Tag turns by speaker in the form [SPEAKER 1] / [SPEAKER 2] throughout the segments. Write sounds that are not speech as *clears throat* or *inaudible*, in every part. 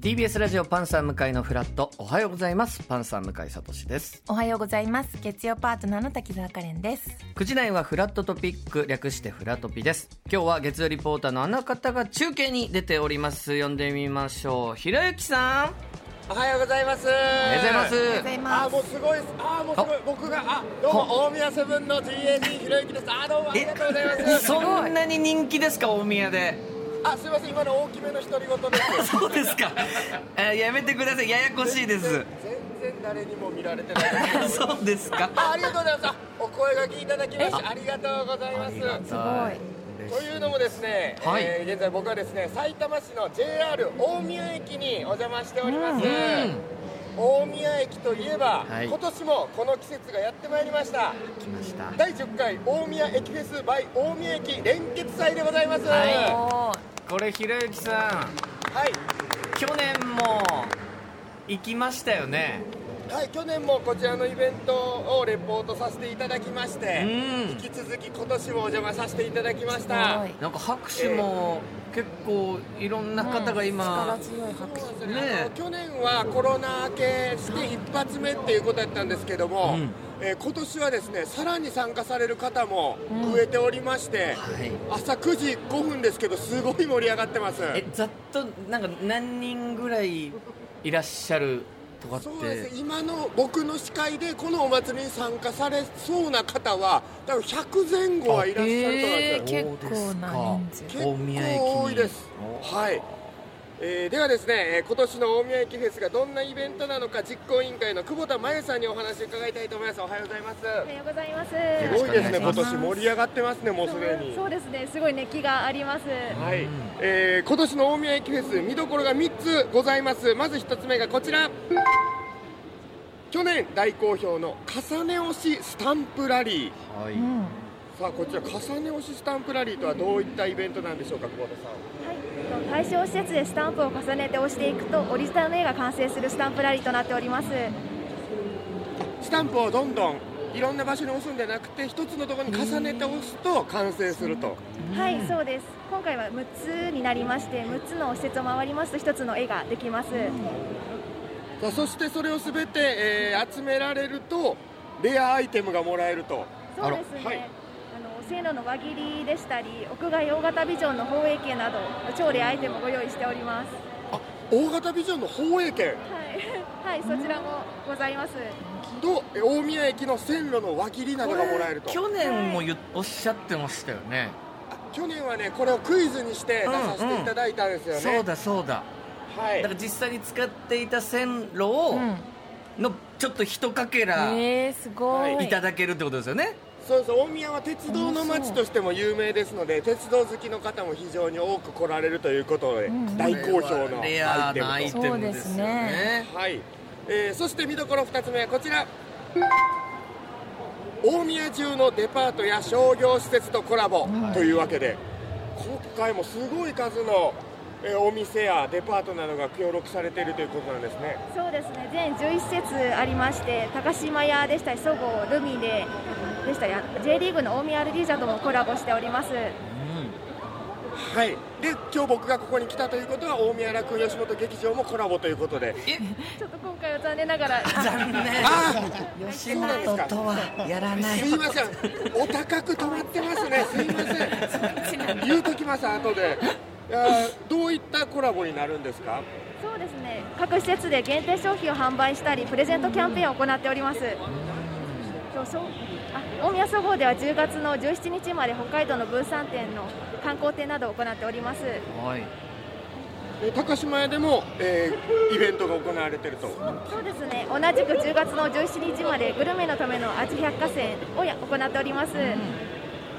[SPEAKER 1] TBS ラジオパンサー向井のフラットおはようございますパンサー向井聡です
[SPEAKER 2] おはようございます月曜パートナーの滝沢カレンです
[SPEAKER 1] 9時台はフラットトピック略してフラトピです今日は月曜リポーターのあの方が中継に出ております呼んでみましょうひろゆきさん
[SPEAKER 3] おはようございます。お
[SPEAKER 1] おはようございます
[SPEAKER 2] おはようござい
[SPEAKER 3] あ
[SPEAKER 2] ま
[SPEAKER 3] ーもうすごいです。あーもうすごい。僕があどうも大宮セブンの GAG ひろゆきです。あーどうもありがとうございます。
[SPEAKER 1] そんなに人気ですか大宮で
[SPEAKER 3] あすいません今の大きめの独り言です。
[SPEAKER 1] そうですか、 *laughs* えーやめてくださいややこしいです
[SPEAKER 3] *laughs* 全然誰にも見られてないですけど。
[SPEAKER 1] そうですか
[SPEAKER 3] あありがとうございます。あお声がけいただきましてありがとうございます。
[SPEAKER 1] ありがた
[SPEAKER 3] というのもですね、
[SPEAKER 1] はい
[SPEAKER 3] えー現在僕はですね埼玉市の JR 大宮駅にお邪魔しております、大宮駅といえば、
[SPEAKER 1] はい
[SPEAKER 3] 今年もこの季節がやってまいりました
[SPEAKER 1] 来ました
[SPEAKER 3] 第10回大宮駅フェス by 大宮駅連結祭でございます
[SPEAKER 1] はい
[SPEAKER 2] おー
[SPEAKER 1] これひろゆきさん
[SPEAKER 3] はい
[SPEAKER 1] 去年も行きましたよね
[SPEAKER 3] はい去年もこちらのイベントをレポートさせていただきまして、
[SPEAKER 1] うん
[SPEAKER 3] 引き続き今年もお邪魔させていただきました
[SPEAKER 2] すごい
[SPEAKER 1] なんか拍手も結構いろんな方が今、
[SPEAKER 2] 強い拍
[SPEAKER 3] そう
[SPEAKER 2] 手
[SPEAKER 3] ですね
[SPEAKER 1] ねえ
[SPEAKER 3] あの去年はコロナ明けして一発目っていうことだったんですけども、
[SPEAKER 1] うん
[SPEAKER 3] えー今年はですねさらに参加される方も増えておりまして、
[SPEAKER 1] はい
[SPEAKER 3] 朝9時5分ですけどすごい盛り上がってます
[SPEAKER 1] えざっとなんか何人ぐらいいらっしゃるとかって
[SPEAKER 3] そうですね今の僕の司会でこのお祭りに参加されそうな方は多分100前後はいらっしゃると思います
[SPEAKER 2] えー結構な人数
[SPEAKER 3] 結構多いですはいえーではですね、えー今年の大宮駅フェスがどんなイベントなのか実行委員会の久保田真由さんにお話を伺いたいと思いますおはようございます
[SPEAKER 4] おはようございます。
[SPEAKER 3] すごいですね
[SPEAKER 1] よろしくお願いしま
[SPEAKER 3] 今
[SPEAKER 1] す
[SPEAKER 3] 年盛り上がってますねもうすでに
[SPEAKER 4] そうですね、すごい熱気があります。
[SPEAKER 3] はい、えー今年の大宮駅フェス見どころが3つございますまず1つ目がこちら去年大好評の重ね押しスタンプラリー
[SPEAKER 1] はい、
[SPEAKER 2] うん
[SPEAKER 3] さあこちら重ね押しスタンプラリーとはどういったイベントなんでしょうか久保田さん
[SPEAKER 4] はい、えっと対象施設でスタンプを重ねて押していくと、オリジナルの絵が完成するスタンプラリーとなっております。
[SPEAKER 3] スタンプをどんどんいろんな場所に押すんじゃなくて一つのところに重ねて押すと完成すると
[SPEAKER 4] はい、そうです。今回は6つになりまして、6つの施設を回りますと、1つの絵ができます。
[SPEAKER 3] さあそしてそれをすべて、えー集められるとレアアイテムがもらえると
[SPEAKER 4] そうです
[SPEAKER 3] あらはい
[SPEAKER 4] ね。あの線路の輪切りでしたり、屋外大型ビジョンの放映券など、超レアアイテムをご用意しております。
[SPEAKER 3] あ大型ビジョンの放映権
[SPEAKER 4] はい、はい、 *laughs* そちらもございます。
[SPEAKER 3] とえー大宮駅の線路の輪切りなどがもらえると
[SPEAKER 1] 去年もゆおっしゃってましたよね
[SPEAKER 3] あ去年はねこれをクイズにして出させていただいたんですよね、
[SPEAKER 1] そうだそうだ
[SPEAKER 3] はい
[SPEAKER 1] だから実際に使っていた線路を、
[SPEAKER 2] うん
[SPEAKER 1] のちょっと一かけら
[SPEAKER 2] えー、すご
[SPEAKER 3] はい
[SPEAKER 1] いただけるってことですよね、
[SPEAKER 3] そうそう大宮は鉄道の街としても有名ですので鉄道好きの方も非常に多く来られるということで、
[SPEAKER 2] うん
[SPEAKER 3] 大好評の
[SPEAKER 1] レアな
[SPEAKER 3] ア
[SPEAKER 1] ア
[SPEAKER 3] イ
[SPEAKER 1] イ
[SPEAKER 3] テ
[SPEAKER 1] テムですよね
[SPEAKER 3] ムとはい、えーそして見どころ2つ目はこちら大宮中のデパートや商業施設とコラボというわけで、今回もすごい数の、えーお店やデパートなどが協力されているということなんですね
[SPEAKER 4] そうですね、全11施設ありまして、高島屋でしたり、そごう、ルミネでしたり、あ J リーグの大宮アルディージャともコラボしております。
[SPEAKER 3] はいで今日僕がここに来たということは大宮楽吉本劇場もコラボということで
[SPEAKER 4] ちょっと今回は残念ながら、
[SPEAKER 1] 残念
[SPEAKER 3] あー
[SPEAKER 1] 吉本とはやらない
[SPEAKER 3] すいません、お高く止まってますね、すいません、言うときます、後で。いやーどういったコラボになるんですか
[SPEAKER 4] そうですね、各施設で限定商品を販売したり、プレゼントキャンペーンを行っております。そうそうあ大宮そごうでは10月の17日まで北海道の物産展の観光展などを行っております。
[SPEAKER 1] はい
[SPEAKER 3] え高島屋でも、えーイベントが行われてると
[SPEAKER 4] そうですね、同じく10月の17日までグルメのための味百貨店をや行っております。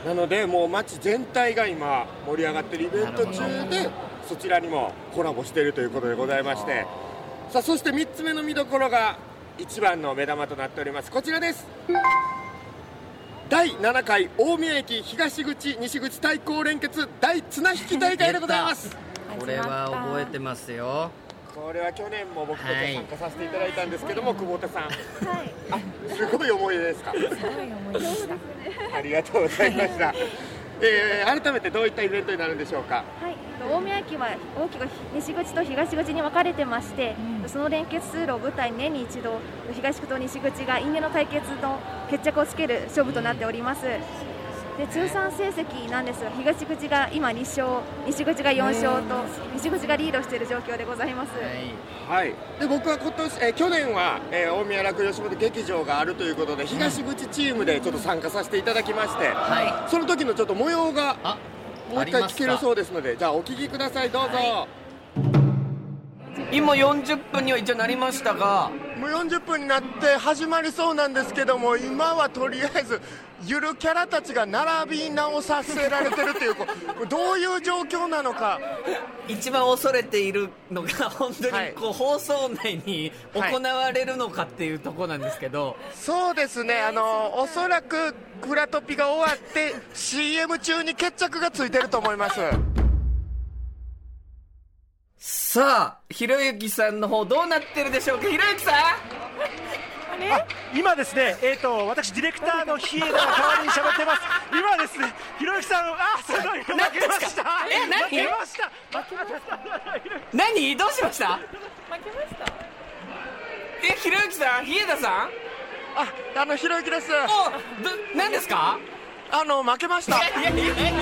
[SPEAKER 3] なのでもう街全体が今盛り上がってるイベント中
[SPEAKER 1] なるほ
[SPEAKER 3] でそちらにもコラボしているということでございましてさあそして3つ目の見どころが一番の目玉となっておりますこちらです第7回大宮駅東口西口対抗連結大綱引き大会でございます
[SPEAKER 1] これは覚えてますよ
[SPEAKER 3] これは去年も僕たちが参加させていただいたんですけども、久保田さん
[SPEAKER 4] はい
[SPEAKER 3] すごい思い出で
[SPEAKER 1] *laughs*
[SPEAKER 3] すか
[SPEAKER 2] すごい思い出した
[SPEAKER 3] ありがとうございました、えー改めてどういったイベントになるんでしょうか
[SPEAKER 4] はい、大宮駅は大きく西口と東口に分かれてまして、
[SPEAKER 2] うん
[SPEAKER 4] その連結通路を舞台に年に一度東区と西口が因縁の対決の決着をつける勝負となっておりますで通算成績なんですが東口が今2勝西口が4勝と西口がリードしている状況でございます、
[SPEAKER 3] はい、で僕は今年、えー去年は、えー大宮落吉本劇場があるということで東口チームでちょっと参加させていただきまして、
[SPEAKER 1] はい
[SPEAKER 3] その時のちょっと模様が
[SPEAKER 1] あ
[SPEAKER 3] もう
[SPEAKER 1] あ
[SPEAKER 3] 一
[SPEAKER 1] り
[SPEAKER 3] 回
[SPEAKER 1] ま
[SPEAKER 3] 聞
[SPEAKER 1] す
[SPEAKER 3] ける
[SPEAKER 1] か
[SPEAKER 3] そうですのでじゃあお聞きくださいどうぞ、
[SPEAKER 1] は今40分には一応なりましたが
[SPEAKER 3] もう40分になって始まりそうなんですけども今はとりあえずゆるキャラたちが並び直させられてるっていうこ
[SPEAKER 1] *laughs*
[SPEAKER 3] うどういう状況なのか
[SPEAKER 1] 一番恐れているのが本当
[SPEAKER 3] は
[SPEAKER 1] に
[SPEAKER 3] い
[SPEAKER 1] こう放送内に
[SPEAKER 3] はい
[SPEAKER 1] 行われるのかっていうところなんですけど、
[SPEAKER 3] そうですねあのおそらくフラトピが終わって CM 中に決着がついてると思います
[SPEAKER 1] さあひろゆきさんの方どうなってるでしょうかひろゆきさん
[SPEAKER 5] 今ですね、えー、と私、ディレクターのヒエが代わりに喋ってます、今ですね、ひろゆきさん、あすごい、負けました、
[SPEAKER 1] え何
[SPEAKER 5] 負けました、負けました。
[SPEAKER 1] 何どうしました
[SPEAKER 2] 負けました
[SPEAKER 1] えひろゆきさんひえださん
[SPEAKER 3] ああのひろゆきです
[SPEAKER 1] おど何ですか
[SPEAKER 3] あの負けました
[SPEAKER 1] いやいやいやいやいや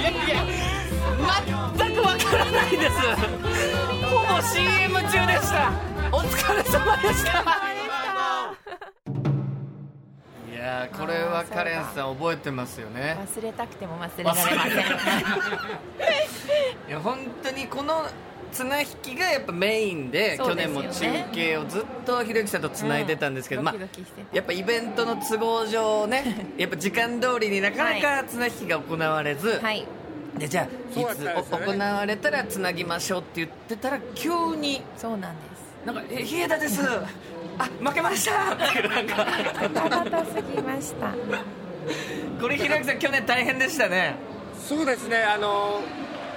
[SPEAKER 1] 全くわからないですほぼ CM 中でしたお疲れ様でしたいやーこれはカレンさん覚えてますよね
[SPEAKER 2] 忘れたくても忘れられま *laughs*
[SPEAKER 1] 忘
[SPEAKER 2] せ
[SPEAKER 1] れ
[SPEAKER 2] ん
[SPEAKER 1] られないいや本当にこの綱引きがやっぱメインで
[SPEAKER 2] そ
[SPEAKER 1] 去
[SPEAKER 2] うです
[SPEAKER 1] 年
[SPEAKER 2] よ
[SPEAKER 1] も
[SPEAKER 2] ね
[SPEAKER 1] 中継をずっとひろゆきさんとつないでたんですけど、
[SPEAKER 2] うん
[SPEAKER 1] まあ
[SPEAKER 2] ドキドキしてて
[SPEAKER 1] やっぱイベントの都合上 *laughs* ねやっぱ時間通りになかなか綱引きが行われず、
[SPEAKER 2] はい
[SPEAKER 1] でじゃあ
[SPEAKER 3] そうだ
[SPEAKER 1] い
[SPEAKER 3] っ
[SPEAKER 1] つ、
[SPEAKER 3] たんですよね
[SPEAKER 1] お行われたらつなぎましょうって言ってたら急に
[SPEAKER 2] そうなんです
[SPEAKER 1] 「なんかえ日枝 *laughs* です」「あ負けました」ってなんか
[SPEAKER 2] バタバタすぎました
[SPEAKER 1] これひろゆきさん去年大変でしたね
[SPEAKER 3] そうですねあの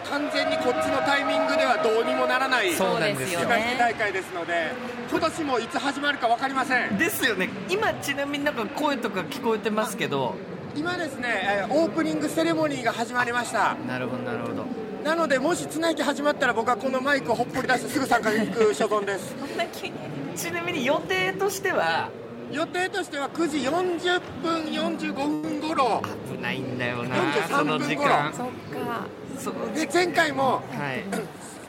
[SPEAKER 3] 完全にこっちのタイミングではどうにもならない
[SPEAKER 1] そう
[SPEAKER 2] そうですよ
[SPEAKER 3] 綱引き
[SPEAKER 2] ね
[SPEAKER 3] 大会ですので今年もいつ始まるか分かりません
[SPEAKER 1] ですよね今ちなみになんか声とか聞こえてますけど
[SPEAKER 3] 今ですねえーオープニングセレモニーが始まりました
[SPEAKER 1] なるほどなるほど
[SPEAKER 3] なのでもし綱引き始まったら僕はこのマイクをほっぽり出してすぐ参加に行く所存です
[SPEAKER 2] こんな急に
[SPEAKER 1] ちなみに予定としては
[SPEAKER 3] 予定としては9時40分45分頃
[SPEAKER 1] 危ないんだよな
[SPEAKER 3] 43
[SPEAKER 1] その時間
[SPEAKER 2] そっか
[SPEAKER 1] その時
[SPEAKER 3] で前回も
[SPEAKER 1] 間はい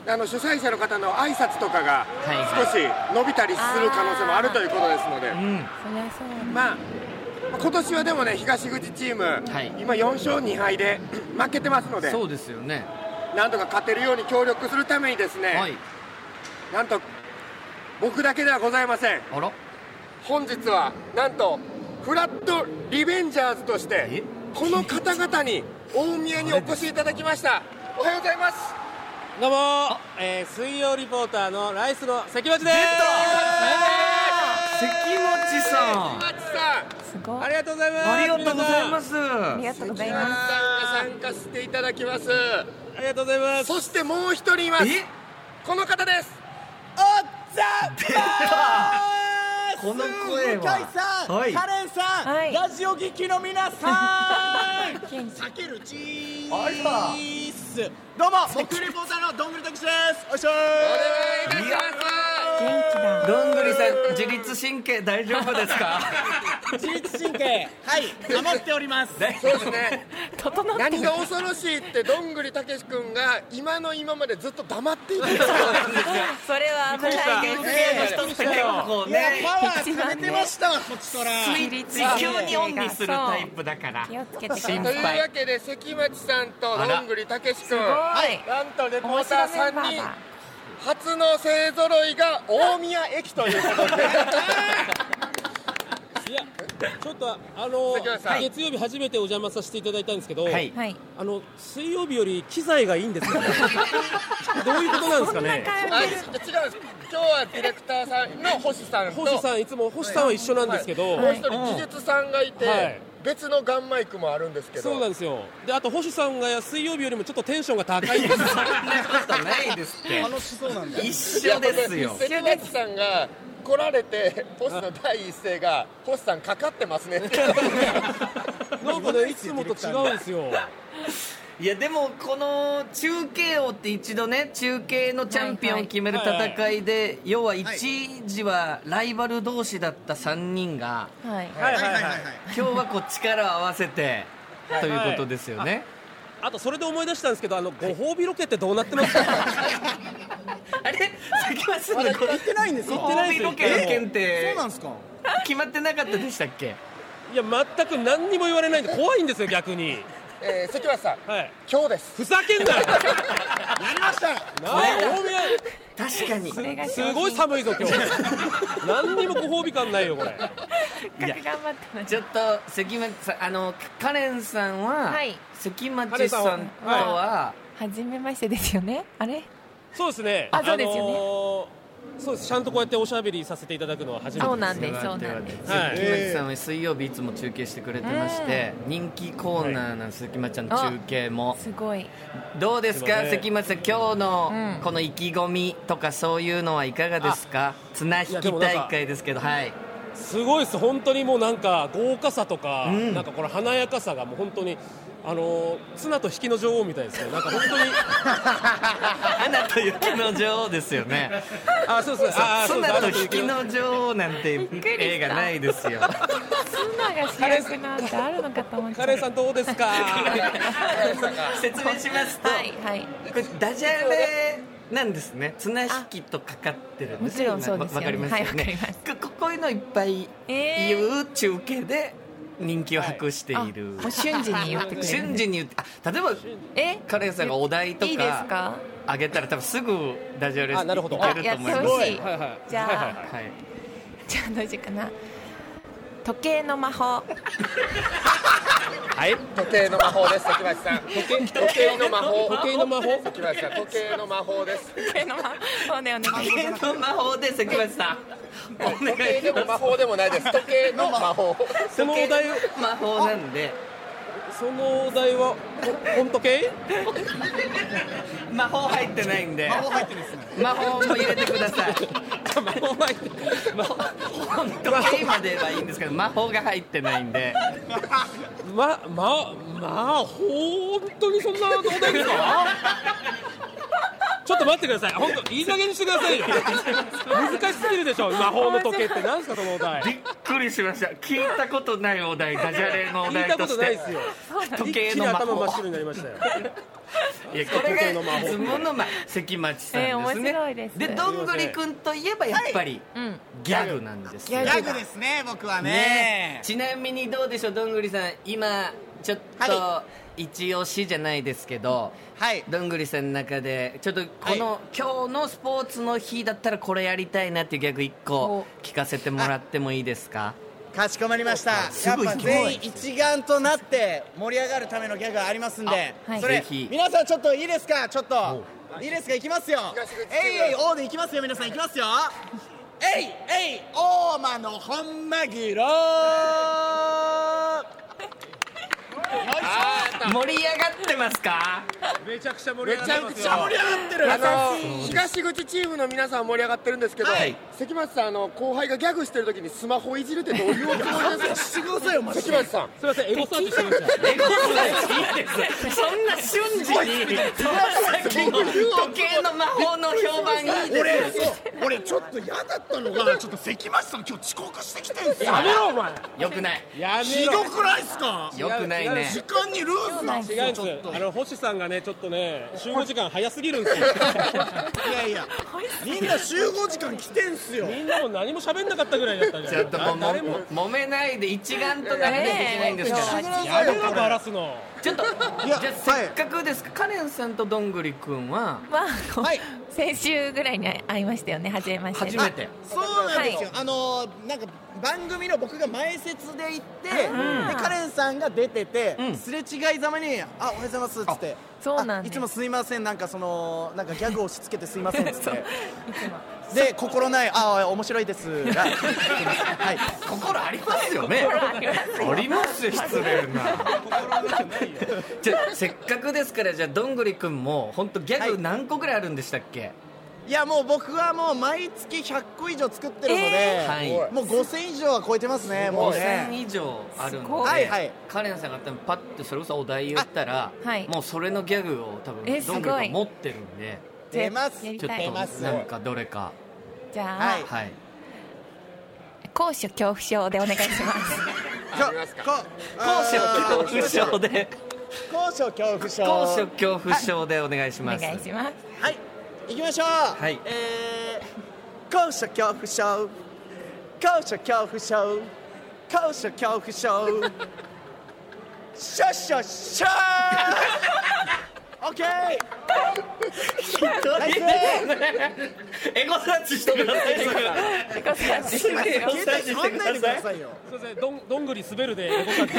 [SPEAKER 3] あの主催者の方の挨拶とかが
[SPEAKER 1] はい
[SPEAKER 3] 少し伸びたりする可能性もあるということですので
[SPEAKER 1] うん
[SPEAKER 2] そりゃそうだ
[SPEAKER 3] まあ今年はでもね東口チーム、
[SPEAKER 1] い
[SPEAKER 3] 今4勝2敗で *clears throat* 負けてますので
[SPEAKER 1] そうですよね
[SPEAKER 3] なんとか勝てるように協力するためにですね、
[SPEAKER 1] はい
[SPEAKER 3] なんと僕だけではございません
[SPEAKER 1] あら
[SPEAKER 3] 本日はなんとフラットリベンジャーズとし
[SPEAKER 1] え
[SPEAKER 3] てこの方々に大宮にお越しいただきましたおはようございます
[SPEAKER 6] どうもー、えー、水曜リポーターのライスの関町です
[SPEAKER 1] 関町さん
[SPEAKER 3] マッチさ
[SPEAKER 2] すごい
[SPEAKER 6] ありがとうございます
[SPEAKER 1] ありがとうございますす
[SPEAKER 2] ありがとうござい
[SPEAKER 3] ん
[SPEAKER 2] ま
[SPEAKER 3] さんが参加していただきます
[SPEAKER 6] ありがとうございます
[SPEAKER 3] そしてもう一人います
[SPEAKER 1] え
[SPEAKER 3] この方です
[SPEAKER 6] おっざっ
[SPEAKER 1] この声は
[SPEAKER 6] 向井さん、
[SPEAKER 1] はい
[SPEAKER 6] カレンさん、
[SPEAKER 2] はい
[SPEAKER 6] ラジオ聞きの皆さん
[SPEAKER 2] す *laughs* 元気
[SPEAKER 6] 避けるチ
[SPEAKER 1] あら
[SPEAKER 6] ーズどうも僕リポーターのどんぐりたけしですおいしょー
[SPEAKER 3] お願いいたしま
[SPEAKER 2] 元気だ
[SPEAKER 1] どんぐりさん自律神経大丈夫ですか
[SPEAKER 6] *laughs* 自律神経はい守っております
[SPEAKER 3] すそうですね
[SPEAKER 2] *laughs* 整って
[SPEAKER 3] 何
[SPEAKER 2] る
[SPEAKER 3] が恐ろしいってどんぐりたけし君が今の今までずっと黙っていたんですよ
[SPEAKER 2] それは危ないですね
[SPEAKER 1] 人って結構
[SPEAKER 6] いや
[SPEAKER 1] ね
[SPEAKER 6] パワー溜めてましたわこっちとら
[SPEAKER 1] スイッチ急にオンにするタイプだから
[SPEAKER 2] 気をつけてください
[SPEAKER 1] 心
[SPEAKER 3] と
[SPEAKER 1] 配
[SPEAKER 3] いうわけで関町さんとどんぐりたけし君
[SPEAKER 2] はい
[SPEAKER 3] なんとレポ
[SPEAKER 2] 面
[SPEAKER 3] ーター
[SPEAKER 2] 白メンバ
[SPEAKER 3] 3
[SPEAKER 2] ー
[SPEAKER 3] 人
[SPEAKER 2] だ
[SPEAKER 3] 初の勢ぞろいが大宮駅ということで
[SPEAKER 6] いや、ちょっとあの
[SPEAKER 3] 関町さんはい
[SPEAKER 6] 月曜日初めてお邪魔させていただいたんですけど、
[SPEAKER 1] はい
[SPEAKER 2] はい
[SPEAKER 6] あの水曜日より機材がいいんですよね。 *laughs* どういうことなんですかね。
[SPEAKER 3] あ違うんです今日はディレクターさんの星さんと
[SPEAKER 6] 星さんいつも星さんは一緒なんですけど、
[SPEAKER 3] もう一人技術さんがいて、
[SPEAKER 6] はい
[SPEAKER 3] 別のガンマイクもあるんですけど
[SPEAKER 6] そうなんですよ。であと星さんが水曜日よりもちょっとテンションが高いんで
[SPEAKER 1] *laughs*
[SPEAKER 6] す。
[SPEAKER 1] ことないですって
[SPEAKER 7] 楽しそうなんだ
[SPEAKER 1] 一緒ですよ
[SPEAKER 3] 関町さんが来られて星の第一声が「星さんかかってますね」って
[SPEAKER 6] なんかねいつもと違うんですよ。
[SPEAKER 1] いやでもこの中継王って一度ね中継のチャンピオンを決める戦いで要は一時はライバル同士だった3人が
[SPEAKER 2] はい
[SPEAKER 5] はいはい
[SPEAKER 7] はいはい
[SPEAKER 5] は
[SPEAKER 7] はいい
[SPEAKER 1] 今日はこう力を合わせてということですよね
[SPEAKER 6] あとそれで思い出したんですけどあのご褒美ロケってどうなってますか
[SPEAKER 1] あれ先はすぐ
[SPEAKER 6] 行ってないんです
[SPEAKER 1] ご
[SPEAKER 6] よ行ってな
[SPEAKER 1] 褒
[SPEAKER 6] いん
[SPEAKER 1] 美
[SPEAKER 6] ですよ
[SPEAKER 1] ロケの検
[SPEAKER 7] そう
[SPEAKER 1] 定
[SPEAKER 7] なんですか
[SPEAKER 1] 決まってなかったでしたっけ
[SPEAKER 6] いや全く何にも言われないんで怖いんですよ逆に
[SPEAKER 3] えー関町さん
[SPEAKER 6] はい
[SPEAKER 3] 今日です
[SPEAKER 6] ふざけんなよ
[SPEAKER 7] やりました
[SPEAKER 6] なあ大
[SPEAKER 1] 確かに
[SPEAKER 6] 宮すごい寒いぞ今日何にもご褒美感ないよこれ
[SPEAKER 2] せっかく頑張ったのに
[SPEAKER 1] ちょっと関町さんあのカレンさんは、
[SPEAKER 2] はい
[SPEAKER 1] 関町さんと
[SPEAKER 6] カレンさん
[SPEAKER 1] は、
[SPEAKER 2] 初めましてですよねあれ
[SPEAKER 6] そうですね
[SPEAKER 2] あそうですよね
[SPEAKER 6] のーそうですちゃんとこうやっておしゃべりさせていただくのは初めて
[SPEAKER 2] そうなん
[SPEAKER 6] で
[SPEAKER 2] ですそうなんです
[SPEAKER 6] はい
[SPEAKER 1] 関町さんは水曜日いつも中継してくれてまして、人気コーナーなんです関町さんの中継も、
[SPEAKER 2] すごい
[SPEAKER 1] どうですか
[SPEAKER 6] そうね
[SPEAKER 1] 関町さん今日の
[SPEAKER 2] うん
[SPEAKER 1] この意気込みとかそういうのはいかがですか綱引
[SPEAKER 6] いやで
[SPEAKER 1] き
[SPEAKER 6] もなんか
[SPEAKER 1] 大会ですけどはい
[SPEAKER 6] すすごいです本当にもうなんか豪華さとか、
[SPEAKER 1] うん
[SPEAKER 6] なんかこの華やかさがもう本当にあのー綱と引きの女王みたいですねなんか本当に
[SPEAKER 1] 花と雪の女王ですよね
[SPEAKER 6] あそうですあそうです
[SPEAKER 1] 綱と引きの女王なん *laughs* て映画ないですよ
[SPEAKER 2] 妻が主役なんてあるのかと思っちゃ
[SPEAKER 6] カ
[SPEAKER 2] う
[SPEAKER 6] レンさんどうですか
[SPEAKER 1] *laughs* 説明しますと、
[SPEAKER 2] はいはい
[SPEAKER 1] これダジャレなんですね綱引きとかかってるんですよ
[SPEAKER 2] あもちろんそうですよね
[SPEAKER 1] わわかりますよね、
[SPEAKER 2] はいわかり
[SPEAKER 1] こここういうのいっぱい
[SPEAKER 2] えー
[SPEAKER 1] 言う中継で人気を博して
[SPEAKER 2] あ
[SPEAKER 1] い
[SPEAKER 2] も
[SPEAKER 1] る、
[SPEAKER 2] う瞬時に言ってくれる
[SPEAKER 1] 瞬時に言ってあ例えば
[SPEAKER 2] え
[SPEAKER 1] カレンさんがお題と
[SPEAKER 2] いいです
[SPEAKER 1] か
[SPEAKER 2] か
[SPEAKER 1] あげたら多分すぐダジャレ
[SPEAKER 6] あなるほど
[SPEAKER 1] いけると思います
[SPEAKER 2] あやってほしい
[SPEAKER 6] はいはい
[SPEAKER 2] じゃあ
[SPEAKER 6] はいはいはい
[SPEAKER 1] はい、
[SPEAKER 2] じゃあどうしようかな時計の魔法
[SPEAKER 6] はい
[SPEAKER 3] 時計の魔法です関町さん時計時計の魔法
[SPEAKER 6] 時計の魔法
[SPEAKER 3] 関町さん時計の魔法です
[SPEAKER 2] *laughs* 時計の魔法でお願いします
[SPEAKER 1] 時計の魔法で関町さんお願
[SPEAKER 3] 時計
[SPEAKER 1] い
[SPEAKER 3] で
[SPEAKER 1] し
[SPEAKER 3] も
[SPEAKER 1] ま
[SPEAKER 3] 魔法でもないです時計の魔法
[SPEAKER 1] す
[SPEAKER 6] そのお題
[SPEAKER 1] 時計の魔法なんで
[SPEAKER 6] そのお題はほ本当系
[SPEAKER 1] 魔法入ってないんで
[SPEAKER 7] 魔法入ってるんですね
[SPEAKER 1] 魔法も入れてください
[SPEAKER 6] 魔法入って魔法
[SPEAKER 1] 本当ゲイまではいいんですけど魔法が入ってないんで
[SPEAKER 6] まままあ本当にそんなお題ですかちょっと待ってください本当いい加減にしてくださいよ難しすぎるでしょ魔法の時計って何すかそのお題
[SPEAKER 1] びっくりしました聞いたことないお題ダジャレのお
[SPEAKER 6] 聞い
[SPEAKER 1] 題
[SPEAKER 6] た
[SPEAKER 1] と
[SPEAKER 6] こ
[SPEAKER 1] し
[SPEAKER 6] と
[SPEAKER 1] て
[SPEAKER 6] ないですよ
[SPEAKER 1] 時
[SPEAKER 6] 一
[SPEAKER 1] 計
[SPEAKER 6] 気に
[SPEAKER 1] の魔
[SPEAKER 6] 頭真っ
[SPEAKER 1] 法
[SPEAKER 6] 白になりましたよ
[SPEAKER 1] いやこ
[SPEAKER 6] 時計
[SPEAKER 1] れ
[SPEAKER 6] の魔
[SPEAKER 1] が
[SPEAKER 6] 法
[SPEAKER 1] いつものまあ関町さん
[SPEAKER 2] えー
[SPEAKER 1] ですね、
[SPEAKER 2] 面白いです
[SPEAKER 1] どんぐりくんといえばやっぱり
[SPEAKER 2] うん
[SPEAKER 1] ギャグなんです
[SPEAKER 2] ギ
[SPEAKER 1] よ
[SPEAKER 2] ャ
[SPEAKER 7] ギ
[SPEAKER 2] グ
[SPEAKER 7] ャグですね僕は
[SPEAKER 1] ね
[SPEAKER 7] ね
[SPEAKER 1] ちなみにどうでしょうどんぐりさん今ちょっと
[SPEAKER 7] は
[SPEAKER 1] 一押しじゃないですけど
[SPEAKER 7] はい
[SPEAKER 1] どんぐりさんの中でちょっとこの、今日のスポーツの日だったらこれやりたいなっていうギャグ1個
[SPEAKER 2] お
[SPEAKER 1] 聞かせてもらってもいいですか
[SPEAKER 7] かしこまりました
[SPEAKER 1] す
[SPEAKER 7] や
[SPEAKER 1] ご
[SPEAKER 7] っ
[SPEAKER 1] い
[SPEAKER 7] ぱ全員一丸となって盛り上がるためのギャグがありますんで
[SPEAKER 2] あはい
[SPEAKER 7] そ
[SPEAKER 1] ぜ
[SPEAKER 7] れ
[SPEAKER 1] ひ
[SPEAKER 7] 皆さんちょっといいですかちょっといいですかいきますよ
[SPEAKER 3] 東口
[SPEAKER 7] えいえいおーでいきますよ皆さんいきますよえいえい大間の本マグロ
[SPEAKER 1] 盛り上がってますか
[SPEAKER 6] めちゃくちゃ盛り上がってますよ
[SPEAKER 7] 盛り上がってる
[SPEAKER 3] あの東口チームの皆さんは盛り上がってるんですけど、
[SPEAKER 1] はい
[SPEAKER 3] 関町さんあの後輩がギャグしてる時にスマホいじるってどういうおつもりです
[SPEAKER 7] してくださいよマ
[SPEAKER 3] か
[SPEAKER 7] ジ
[SPEAKER 3] 関
[SPEAKER 7] で
[SPEAKER 3] 町さん
[SPEAKER 6] すいませんエゴサーチしてました
[SPEAKER 1] エゴサーチいいですそんな瞬時にその先の時計の魔法の評判いいです
[SPEAKER 7] 俺そう俺ちょっと嫌だったのがちょっと関町さん今日遅刻してきてるんですよ
[SPEAKER 6] やめろお前
[SPEAKER 1] よくない
[SPEAKER 6] やめ
[SPEAKER 7] ひ
[SPEAKER 6] ろ
[SPEAKER 7] どくないっすか
[SPEAKER 1] よくないね
[SPEAKER 7] 時間にルーズなんです
[SPEAKER 6] 違うん
[SPEAKER 7] よ
[SPEAKER 6] で
[SPEAKER 7] ちょっと
[SPEAKER 6] すあの星さんがねちょっとね集合時間早すぎるんです
[SPEAKER 7] *laughs*
[SPEAKER 6] よ
[SPEAKER 7] いやいやみんな集合時間来てんすよ
[SPEAKER 6] みんなも何も喋んなかったぐらいだったじ
[SPEAKER 1] ち
[SPEAKER 6] ゃ
[SPEAKER 1] ょ
[SPEAKER 6] ん
[SPEAKER 1] っともうも
[SPEAKER 6] 誰も
[SPEAKER 1] 揉めないで一丸とならなきゃいけないんですから
[SPEAKER 6] やめろバラすの
[SPEAKER 1] ちょっと
[SPEAKER 7] い
[SPEAKER 1] じゃあ
[SPEAKER 7] や
[SPEAKER 1] せっかくですかカレンさんとどんぐりくんは
[SPEAKER 2] まあ、
[SPEAKER 7] はい
[SPEAKER 2] 先週ぐらいに会いましたよね初めまして
[SPEAKER 1] 初めて
[SPEAKER 7] そうなんですよ、あのーなんか番組の僕が前説で行って、でカレンさんが出てて、
[SPEAKER 1] うん
[SPEAKER 7] すれ違いざまに「あおはようございます」っつって「
[SPEAKER 2] そうなん
[SPEAKER 7] あ
[SPEAKER 2] で
[SPEAKER 7] い
[SPEAKER 2] す
[SPEAKER 7] つもすいませんなんかそのなんかギャグを押し付けてすいません」っつっ
[SPEAKER 2] そう
[SPEAKER 7] てで心ない「あ面白いです」がはい
[SPEAKER 1] 心ありますよね
[SPEAKER 2] 心あります
[SPEAKER 1] ありますよ失礼なじゃあせっかくですからじゃあどんぐりくんも本当ギャグ何個ぐらいあるんでしたっけ、
[SPEAKER 7] いいやもう僕はもう毎月100個以上作ってるので、
[SPEAKER 2] え
[SPEAKER 1] はい
[SPEAKER 7] もう5000以上は超えてますねもう
[SPEAKER 1] 5000
[SPEAKER 7] ね
[SPEAKER 1] 以上あるんで、
[SPEAKER 2] すごい
[SPEAKER 7] はいはい
[SPEAKER 1] カレンさんが多分パッてそれこそお題言ったら、
[SPEAKER 2] あはい
[SPEAKER 1] もうそれのギャグを多分
[SPEAKER 2] えす
[SPEAKER 1] ど
[SPEAKER 2] ごい
[SPEAKER 1] んぐりか持ってるんで
[SPEAKER 7] 出ます
[SPEAKER 2] やり
[SPEAKER 1] ちょ
[SPEAKER 2] たい
[SPEAKER 7] 出ま
[SPEAKER 1] っ
[SPEAKER 7] す
[SPEAKER 1] となんかどれか
[SPEAKER 2] じゃあ、
[SPEAKER 7] はい
[SPEAKER 1] はい
[SPEAKER 2] 高所恐怖症でお願いします
[SPEAKER 3] ありますか
[SPEAKER 7] こ
[SPEAKER 1] 高所恐怖症
[SPEAKER 7] で
[SPEAKER 1] で
[SPEAKER 7] 高所恐怖症
[SPEAKER 1] 高所恐怖症でお願いし
[SPEAKER 2] お
[SPEAKER 1] ます
[SPEAKER 2] 願いします
[SPEAKER 7] はい行きましょう
[SPEAKER 1] はい
[SPEAKER 7] えー、高所恐怖症高所恐怖症高所恐怖症シャッシャッシャーオッケーナイス
[SPEAKER 1] エゴサーチしてください
[SPEAKER 2] エコスラッシュしますよ
[SPEAKER 7] 携帯取んないでくださいよ
[SPEAKER 6] すいませんどんどんぐり滑るでエゴサーチ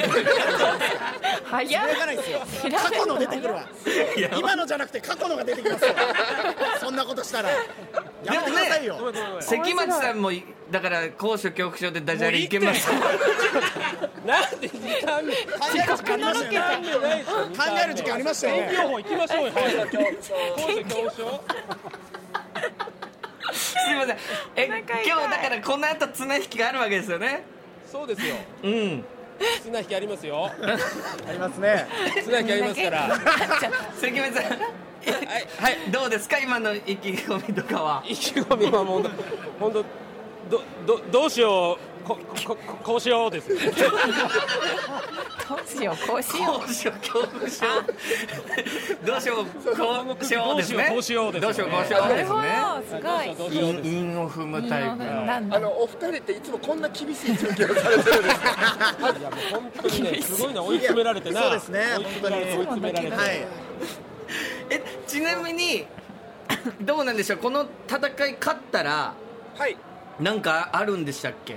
[SPEAKER 2] 早い
[SPEAKER 7] 開かないですよ過去の出てくるわ今のじゃなくて過去のが出てきますよそんなことしたらやめてくださいよ
[SPEAKER 6] ごめんごめんごめん
[SPEAKER 1] 関町さんもいだから高所恐怖症でダジャレいけます
[SPEAKER 6] なんで時間ね
[SPEAKER 7] 考える時間ありましたよね考える時間あ
[SPEAKER 6] 天気予報
[SPEAKER 7] りましたよね
[SPEAKER 6] 行きましょうよ早く高所恐怖症
[SPEAKER 1] すいませんえ今
[SPEAKER 2] 痛い
[SPEAKER 1] 日だからこの後綱引きがあるわけですよね
[SPEAKER 6] そうですよ
[SPEAKER 1] うん
[SPEAKER 6] 綱引きありますよ
[SPEAKER 7] ありますね
[SPEAKER 6] 綱引きありますから
[SPEAKER 1] 関町さん *laughs* はい、はい、どうですか今の意気込みとかは
[SPEAKER 6] 意気込みはもう本当どどどうしようここここうしようです
[SPEAKER 2] どうしようこうしよ
[SPEAKER 1] 高所恐怖症どうしようこうしようですね
[SPEAKER 6] どうしようです
[SPEAKER 1] どう
[SPEAKER 6] ね
[SPEAKER 1] しようこうしよ
[SPEAKER 2] う
[SPEAKER 1] うですね
[SPEAKER 2] なるほどす
[SPEAKER 6] ど
[SPEAKER 2] ご
[SPEAKER 6] う
[SPEAKER 2] い
[SPEAKER 6] しようです
[SPEAKER 1] 韻を踏むタイプの
[SPEAKER 2] なん
[SPEAKER 3] あ
[SPEAKER 2] だ
[SPEAKER 3] のお二人っていつもこんな厳しい状況をされてるんですか
[SPEAKER 6] いやもう本当にねすごいな追い詰められてな
[SPEAKER 7] そうですね
[SPEAKER 6] 追い詰められて追い
[SPEAKER 7] 本
[SPEAKER 2] 当
[SPEAKER 6] 詰
[SPEAKER 2] に
[SPEAKER 6] められて、
[SPEAKER 7] はい
[SPEAKER 1] えちなみに *coughs* どうなんでしょうこの戦い勝ったら
[SPEAKER 3] はい
[SPEAKER 1] なんかあるんでしたっけ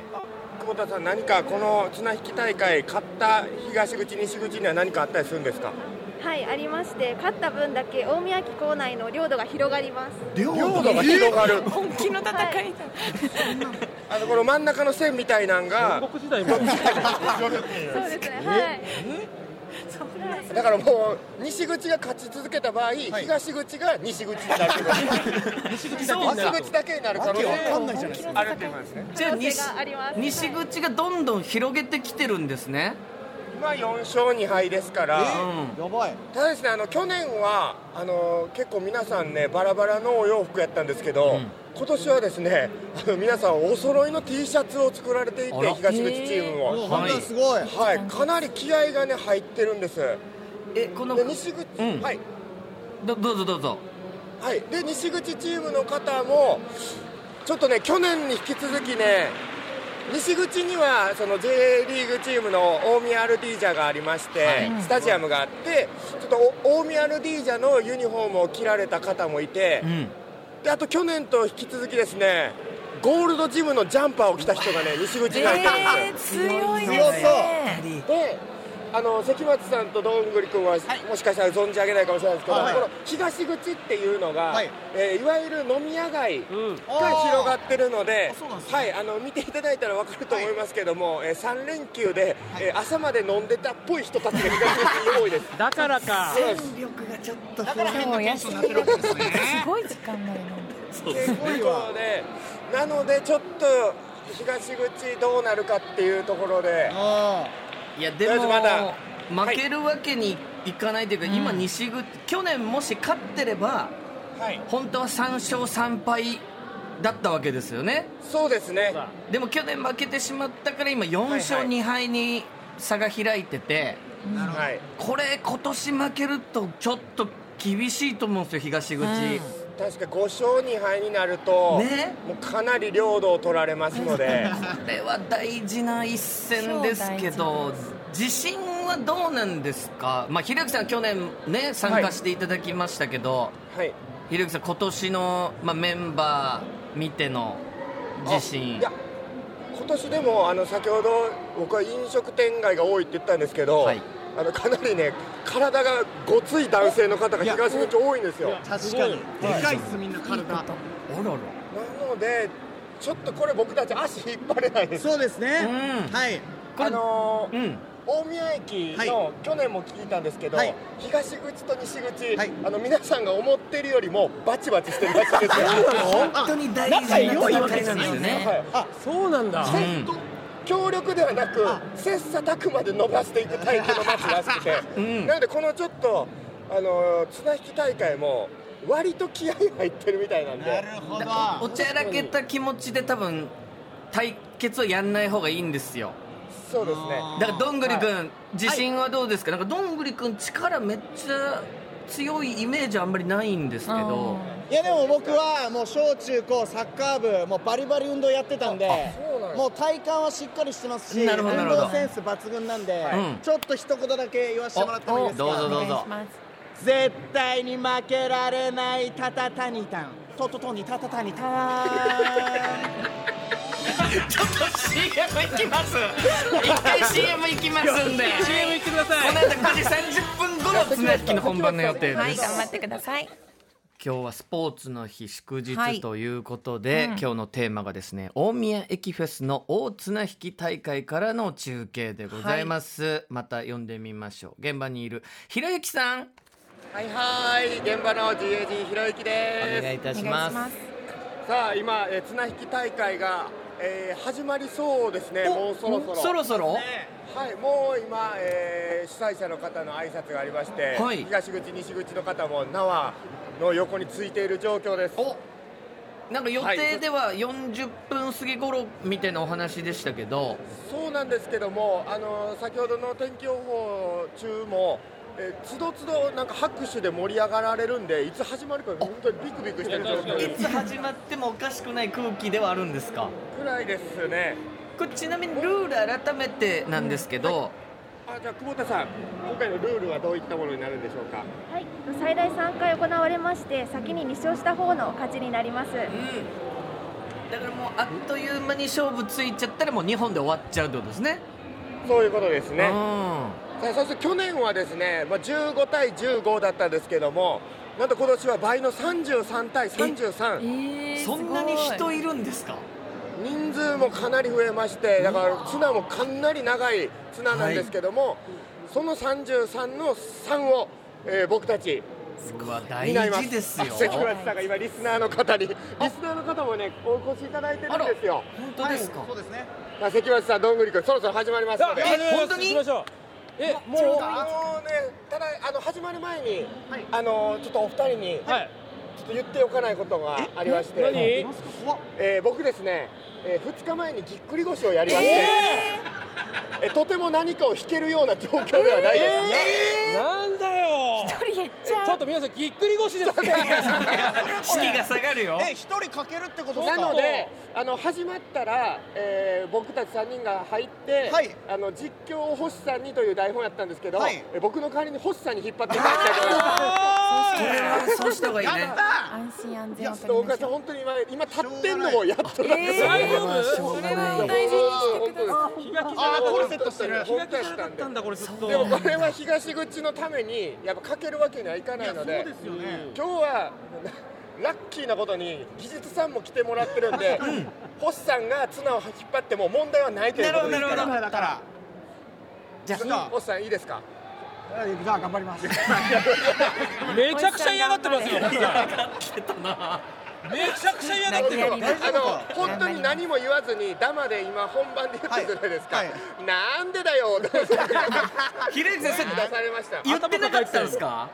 [SPEAKER 3] 久保田さん何かこの綱引き大会勝った東口西口には何かあったりするんですか
[SPEAKER 4] はいありまして勝った分だけ大宮駅構内の領土が広がります
[SPEAKER 3] 領土が広がる
[SPEAKER 2] 本気の戦いだ、
[SPEAKER 3] あのこの真ん中の線みたいなんが
[SPEAKER 6] 戦国時代も
[SPEAKER 4] そうですねはいはい
[SPEAKER 3] だからもう西口が勝ち続けた場合、東口が西口になる
[SPEAKER 7] *laughs*
[SPEAKER 1] そう
[SPEAKER 3] 西
[SPEAKER 1] か
[SPEAKER 3] 口だけになる可能性
[SPEAKER 7] わけわかんないじゃないです
[SPEAKER 3] あるっていうことですね
[SPEAKER 1] じゃあ西
[SPEAKER 4] 可能性があります
[SPEAKER 1] 西口がどんどん広げてきてるんですね
[SPEAKER 3] 今4勝2敗ですから、
[SPEAKER 1] う
[SPEAKER 7] やばい
[SPEAKER 3] ただですねあの去年はあの結構皆さんねバラバラのお洋服やったんですけど、
[SPEAKER 1] ん
[SPEAKER 3] 今年はですねあの皆さんお揃いの T シャツを作られてい
[SPEAKER 1] あ
[SPEAKER 3] て
[SPEAKER 1] ら
[SPEAKER 3] 東口チーム
[SPEAKER 7] もう
[SPEAKER 3] も、
[SPEAKER 7] 本当にすごい
[SPEAKER 3] はい、かなり気合がね入ってるんです
[SPEAKER 1] えこの
[SPEAKER 3] で西口、
[SPEAKER 1] うん
[SPEAKER 3] はい
[SPEAKER 1] どどうぞどうぞ
[SPEAKER 3] はい、で西口チームの方もちょっとね去年に引き続きね西口にはその J リーグチームの大宮アルディージャがありまして、スタジアムがあってちょっとお大宮アルディージャのユニフォームを着られた方もいて
[SPEAKER 1] う、ん
[SPEAKER 3] であと去年と引き続きですねゴールドジムのジャンパーを着た人がね西口に入ってるんですよ。
[SPEAKER 2] えー、強いです
[SPEAKER 7] 強そう
[SPEAKER 2] ね
[SPEAKER 3] であの関町さんとどんぐり君は、もしかしたら存じ上げないかもしれないですけど、
[SPEAKER 7] はい
[SPEAKER 3] この東口っていうのが、
[SPEAKER 7] はい
[SPEAKER 3] いえーいわゆる飲み屋街が
[SPEAKER 6] うん
[SPEAKER 3] 広がってるので,、
[SPEAKER 7] あそうなんですね
[SPEAKER 3] はい、あの見ていただいたら分かると思いますけども、え3連休で、えー朝まで飲んでたっぽい人たちが東口に多い
[SPEAKER 7] *laughs*
[SPEAKER 3] です。
[SPEAKER 6] だからか
[SPEAKER 3] そうです
[SPEAKER 2] そう休みの日すごい時間なるの
[SPEAKER 3] ということでなのでちょっと東口どうなるかっていうところで。
[SPEAKER 7] あ
[SPEAKER 1] いやで
[SPEAKER 3] とりあえずまだ
[SPEAKER 1] も負けるわけにいかないというか、今西口去年もし勝ってれば
[SPEAKER 3] はい
[SPEAKER 1] 本当は3勝3敗だったわけですよね
[SPEAKER 3] そうですね
[SPEAKER 1] でも去年負けてしまったから今4勝2敗に差が開いてて、
[SPEAKER 3] はい
[SPEAKER 1] これ今年負けるとちょっと厳しいと思うんですよ東口、
[SPEAKER 3] 確か5勝2敗になると、
[SPEAKER 1] ね
[SPEAKER 3] もうかなり領土を取られます
[SPEAKER 1] *laughs*
[SPEAKER 3] ので
[SPEAKER 1] これは大事な一戦ですけど自信はどうなんですか、まあ、ひろゆきさん去年ね参加していただきましたけど、
[SPEAKER 3] はい
[SPEAKER 1] ひろゆきさん今年の、まあ、メンバー見ての自信
[SPEAKER 3] いや今年でもあの先ほど僕は飲食店街が多いって言ったんですけど、
[SPEAKER 1] はい
[SPEAKER 3] あのかなりね体がごつい男性の方が東口多いんですよ
[SPEAKER 7] あ確かにでかいっすみんな体
[SPEAKER 1] あらら
[SPEAKER 3] なのでちょっとこれ僕たち足引っ張れないです
[SPEAKER 7] そうですね
[SPEAKER 1] うん
[SPEAKER 7] はい
[SPEAKER 1] これ
[SPEAKER 3] あのー
[SPEAKER 1] うん
[SPEAKER 3] 大宮駅
[SPEAKER 8] は
[SPEAKER 3] の去年も聞いたんですけど、
[SPEAKER 8] はい
[SPEAKER 3] 東口と西口、
[SPEAKER 8] はい
[SPEAKER 3] あの皆さんが思ってるよりもバチバチしてるらしいです
[SPEAKER 8] *laughs*
[SPEAKER 3] よ。
[SPEAKER 1] 本当に大事な戦いなんですよね
[SPEAKER 3] はい
[SPEAKER 6] そうなんだ
[SPEAKER 3] せっ協力ではなく切磋琢磨で伸ばしていくタイプの街らしく
[SPEAKER 8] *laughs*
[SPEAKER 3] て、
[SPEAKER 1] ん
[SPEAKER 3] なのでこのちょっとあの綱引き大会も割と気合い入ってるみたいなんで
[SPEAKER 8] なるほど
[SPEAKER 1] おちゃらけた気持ちで多分対決をやんない方がいいんですよ
[SPEAKER 3] そうですね
[SPEAKER 1] だからどんぐりくん、自信はどうですか、なんかどんぐりくん力めっちゃ強いイメージあんまりないんですけど
[SPEAKER 8] いやでも僕はもう小中高サッカー部もうバリバリ運動やってたんで
[SPEAKER 3] そうなんや
[SPEAKER 8] もう体幹はしっかりしてますし
[SPEAKER 1] なるほどな
[SPEAKER 8] 運
[SPEAKER 1] るほど
[SPEAKER 8] 動センス抜群なんで、
[SPEAKER 1] うん
[SPEAKER 8] ちょっと一言だけ言わせてもらってもいいですか
[SPEAKER 1] おどうぞど
[SPEAKER 2] お願
[SPEAKER 1] うぞ
[SPEAKER 2] いします
[SPEAKER 8] 絶対に負けられないタタタニタントトトニタタタニタン
[SPEAKER 1] ちょっと CM 行きます一回 CM 行きますんで
[SPEAKER 6] CM 行ってください
[SPEAKER 1] この後9時30分頃綱引きの本番の予定
[SPEAKER 2] はい
[SPEAKER 1] です
[SPEAKER 2] 頑張ってください
[SPEAKER 1] 今日はスポーツの日祝
[SPEAKER 2] は
[SPEAKER 1] 日
[SPEAKER 2] い
[SPEAKER 1] ということで、
[SPEAKER 2] うん
[SPEAKER 1] 今日のテーマがですね大宮駅フェスの大綱引き大会からの中継でございます、また読んでみましょう現場にいるひろゆきさん
[SPEAKER 3] はいはい現場の GAG ひろゆき
[SPEAKER 1] お
[SPEAKER 3] です
[SPEAKER 1] 願いいた
[SPEAKER 2] お願い
[SPEAKER 1] し
[SPEAKER 2] し
[SPEAKER 1] ます
[SPEAKER 2] ます
[SPEAKER 3] さあ今、えー綱引き大会が、えー始まりそうですねもうそろそろ
[SPEAKER 1] そろそろ
[SPEAKER 3] はいもう今、えー主催者の方の挨拶がありまして、
[SPEAKER 1] はい
[SPEAKER 3] 東口西口の方も縄の横についている状況です
[SPEAKER 1] おなんか予定では40分過ぎ頃みたいなお話でしたけど、
[SPEAKER 3] そうなんですけども、あの先ほどの天気予報中も、えー、つどつどなんか拍手で盛り上がられるんで、いつ始まるか、本当にビクビクしてる状況
[SPEAKER 1] い
[SPEAKER 3] です
[SPEAKER 1] つ始まってもおかしくない空気ではあるんですか
[SPEAKER 3] くらいですね。
[SPEAKER 1] これちなみにルール改めてなんですけど、
[SPEAKER 3] あじゃあ、久保田さん、今回のルールはどういったものになるんでしょうか。
[SPEAKER 4] はい、最大3回行われまして先に2勝した方の勝ちになります
[SPEAKER 1] うんだからもうあっという間に勝負ついちゃったらもう2本で終わっちゃうってことですね
[SPEAKER 3] そういうことですね。
[SPEAKER 1] うん
[SPEAKER 3] さあそして去年はですね、まあ、15対15だったんですけども、なんと今年は倍の33対33。
[SPEAKER 1] そんなに人いるんですか
[SPEAKER 3] 人数もかなり増えましてだから綱もかなり長い綱なんですけども、その33の3を、えー僕たち
[SPEAKER 1] うわ大
[SPEAKER 3] 担います
[SPEAKER 1] 事ですよ
[SPEAKER 3] あ関村さんが今リスナーの方にリスナーの方もねお越しいただいてるんですよ
[SPEAKER 1] 本当ですか、
[SPEAKER 8] はいそうですね
[SPEAKER 3] さあ関村さんどんぐりくんそろそろ始まりますので
[SPEAKER 1] え本当に
[SPEAKER 6] 行きましょうえも
[SPEAKER 3] もうあのねただあの始まる前に、あのちょっとお二人に、
[SPEAKER 6] うはい
[SPEAKER 3] ちょっと言っておかないことがありまして
[SPEAKER 6] 何
[SPEAKER 3] えー僕ですね、え2日前にぎっくり腰をやりまして、えーとても何かを弾けるような状況ではないです、
[SPEAKER 6] なんだよちょっと皆さんぎっくり腰ですって
[SPEAKER 1] 士気が下がるよ
[SPEAKER 8] え一人かけるってことです
[SPEAKER 3] な
[SPEAKER 8] か
[SPEAKER 3] のであの始まったら、えー僕たち3人が入って、
[SPEAKER 8] はい
[SPEAKER 3] あの実況を星さんにという台本やったんですけど、
[SPEAKER 8] はい
[SPEAKER 3] えー僕の代わりに星さんに引っ張っていただきたいと思いま
[SPEAKER 1] これはそうした方がいいね
[SPEAKER 2] 安心安全を
[SPEAKER 3] す
[SPEAKER 2] 取
[SPEAKER 3] ちょっ
[SPEAKER 2] りまし
[SPEAKER 3] と岡田さん
[SPEAKER 2] ょう
[SPEAKER 3] 本当に今今立ってんのもやっとなんですよ、
[SPEAKER 6] 大丈夫
[SPEAKER 2] それは
[SPEAKER 3] 本
[SPEAKER 2] 大事にし
[SPEAKER 3] 当
[SPEAKER 2] てくださ
[SPEAKER 3] です
[SPEAKER 8] あーコルセットしてる
[SPEAKER 6] 気が
[SPEAKER 3] 本
[SPEAKER 6] 利
[SPEAKER 3] 当
[SPEAKER 6] か
[SPEAKER 3] で
[SPEAKER 6] なかったんだこれちょっと
[SPEAKER 3] でもこれは東口のためにやっぱかけるわけにはいかないので
[SPEAKER 8] ですよね
[SPEAKER 3] 今日はラッキーなことに技術さんも来てもらってるんで、星さんが綱を引っ張っても問題はないということですから
[SPEAKER 8] だから
[SPEAKER 3] じゃあ星さんいいですか
[SPEAKER 8] じゃあ頑張ります
[SPEAKER 6] めちゃくちゃ嫌がってますよ本当にめちゃくちゃ嫌がっ
[SPEAKER 2] 泣
[SPEAKER 6] て
[SPEAKER 2] きや
[SPEAKER 3] あ
[SPEAKER 2] りです
[SPEAKER 3] の本当に何も言わずにダマで今本番で言ってるじゃないですか、
[SPEAKER 8] はいは
[SPEAKER 3] なんでだよ出 *laughs* さ
[SPEAKER 1] ひろゆきさんそれ
[SPEAKER 3] れました
[SPEAKER 1] 言ってなかったんですか